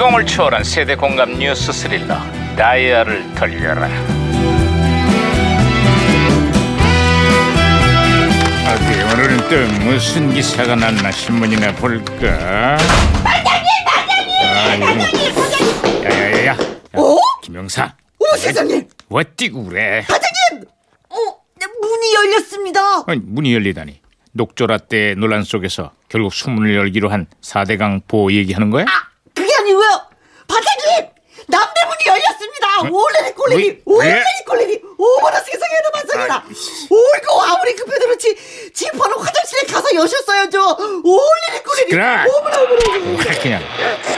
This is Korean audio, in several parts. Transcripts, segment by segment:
꿈을 초월한 세대 공감 뉴스 스릴러 다이아를 돌려라 어디 오늘은 또 무슨 기사가 났나 신문이나 볼까 반장님 반장님 야야야야 어? 김영사 어머 세상에! 왜 뛰고 그래 반장님! 어, 네, 문이 열렸습니다. 아니, 어, 문이 열리다니 녹조라떼 논란 속에서 결국 수문을 열기로 한 4대강 보호 얘기하는 거야? 아, 그게 아니고요. 반장님! 남대 문이 열렸습니다. 올레리 꼴레리, 어? 왜? 아, 올레리 왜? 꼴레리, 오버나 세상에나 반성해라. 올고 아무리 급해도 그렇지 지퍼는 화장실에 가서 여셨어야죠. 올레리 꼴레리, 시끄러워. 오버나 오버나. 확 그냥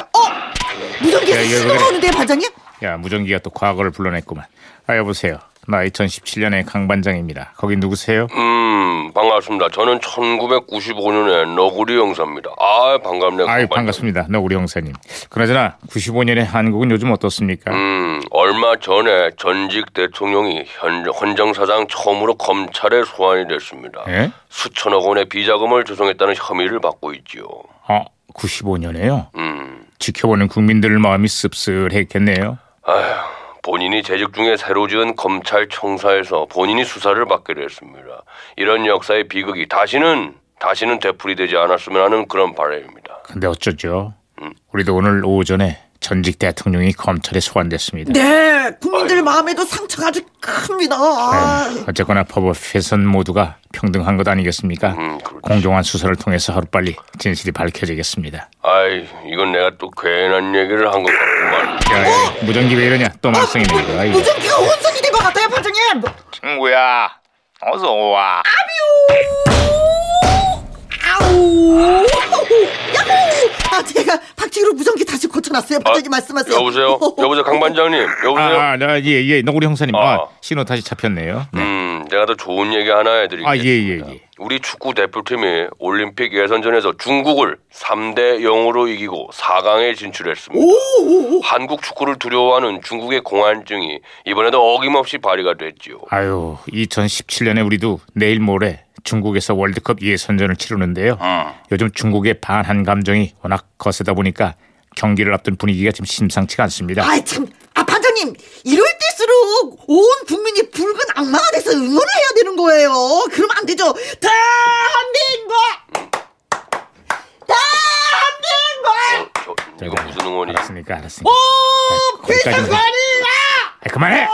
어, 무전기에서 야, 이거 왜 신호가 그래? 오는데 반장님? 야 무전기가 또 과거를 불러냈구만 아 여보세요 나 2017년의 강반장입니다 거기 누구세요? 음 반갑습니다. 저는 1995년에 너구리 형사입니다. 아 반갑네요. 아유 반갑- 반갑습니다 나 우리 형사님 그나저나 95년의 한국은 요즘 어떻습니까? 음 얼마 전에 전직 대통령이 현 헌정 사장 처음으로 검찰에 소환이 됐습니다. 예? 수천억 원의 비자금을 조성했다는 혐의를 받고 있지요. 어 95년에요? 음 지켜보는 국민들 마음이 씁쓸했겠네요 아휴. 본인이 재직 중에 새로 지은 검찰청사에서 본인이 수사를 받게 됐습니다. 이런 역사의 비극이 다시는 다시는 되풀이되지 않았으면 하는 그런 바람입니다. 근데 어쩌죠 음. 우리도 오늘 오전에 전직 대통령이 검찰에 소환됐습니다 네, 국민들 마음에도 상처가 아주 큽니다. 아, 어쨌거나 법업회선 모두가 평등한 것 아니겠습니까? 음, 그렇지. 공정한 수사를 통해서 하루빨리 진실이 밝혀지겠습니다. 아이 이건 내가 또 괜한 얘기를 한 것 같구만 야, 야, 무전기 왜 이러냐? 또 말썽이 무- 들리더라. 이거. 무전기가 혼선이 된 것 같아요, 반장님. 친구야, 어서 와. 아우! 야호! 아 제가 박치기로 무전기 다시 고쳐놨어요. 반장님 말씀하세요. 아, 여보세요 여보세요 강 반장님 여보세요 아, 나, 예, 예, 노구리 형사님, 아, 아. 신호 다시 잡혔네요. 음 내가 더 좋은 얘기 하나 해드릴게요 아, 예, 예, 예. 우리 축구 대표팀이 올림픽 예선전에서 중국을 3대 0으로 이기고 4강에 진출했습니다 한국 축구를 두려워하는 중국의 공안증이 이번에도 어김없이 발휘가 됐지요 아유, 2017년에 우리도 내일 모레 중국에서 월드컵 예선전을 치르는데요. 음, 요즘 중국의 반한 감정이 워낙 거세다 보니까 경기를 앞둔 분위기가 지금 심상치가 않습니다. 아이 참. 아 반장님 이럴 때일수록 온 국민이 붉은 악마가 돼서 응원을 해야 되는 거예요. 그러면 안 되죠. 대한민국! 대한민국! 저, 이거 무슨 응원이 알았으니까, 알았으니까. 오! 네, 거기까지만. 비상관이야! 아, 그만해.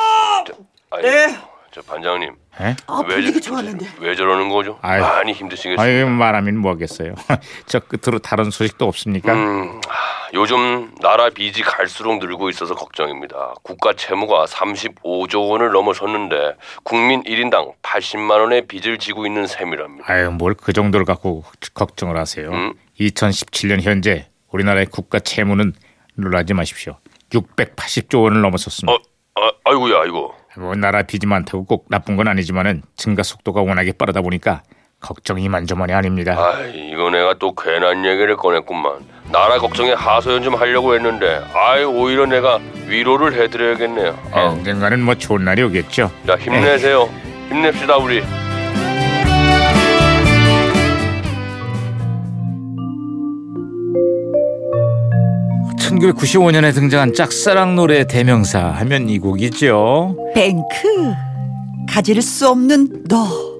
아니, 네. 저 반장님 에? 아 왜, 분위기 저, 좋았는데. 왜 저러는 거죠? 아유. 많이 힘드시겠어요 아유 말하면 뭐하겠어요. 저 끝으로 다른 소식도 없습니까? 음, 하, 요즘 나라 빚이 갈수록 늘고 있어서 걱정입니다. 국가 채무가 35조 원을 넘어섰는데 국민 1인당 80만 원의 빚을 지고 있는 셈이랍니다. 아유 뭘 그 정도를 갖고 걱정을 하세요. 2017년 현재 우리나라의 국가 채무는 놀라지 마십시오. 680조 원을 넘어섰습니다. 어, 아, 아이고야, 이거. 뭐 나라 빚이 많다고 꼭 나쁜 건 아니지만은 증가 속도가 워낙에 빠르다 보니까 걱정이 만저만이 아닙니다. 아, 이거 내가 또 괜한 얘기를 꺼냈구만. 나라 걱정에 하소연 좀 하려고 했는데, 아이 오히려 내가 위로를 해드려야겠네요. 예, 아, 언젠가는 뭐 좋은 날이 오겠죠. 자 힘내세요. 힘냅시다 우리. 뱅크 가지를 수 없는 너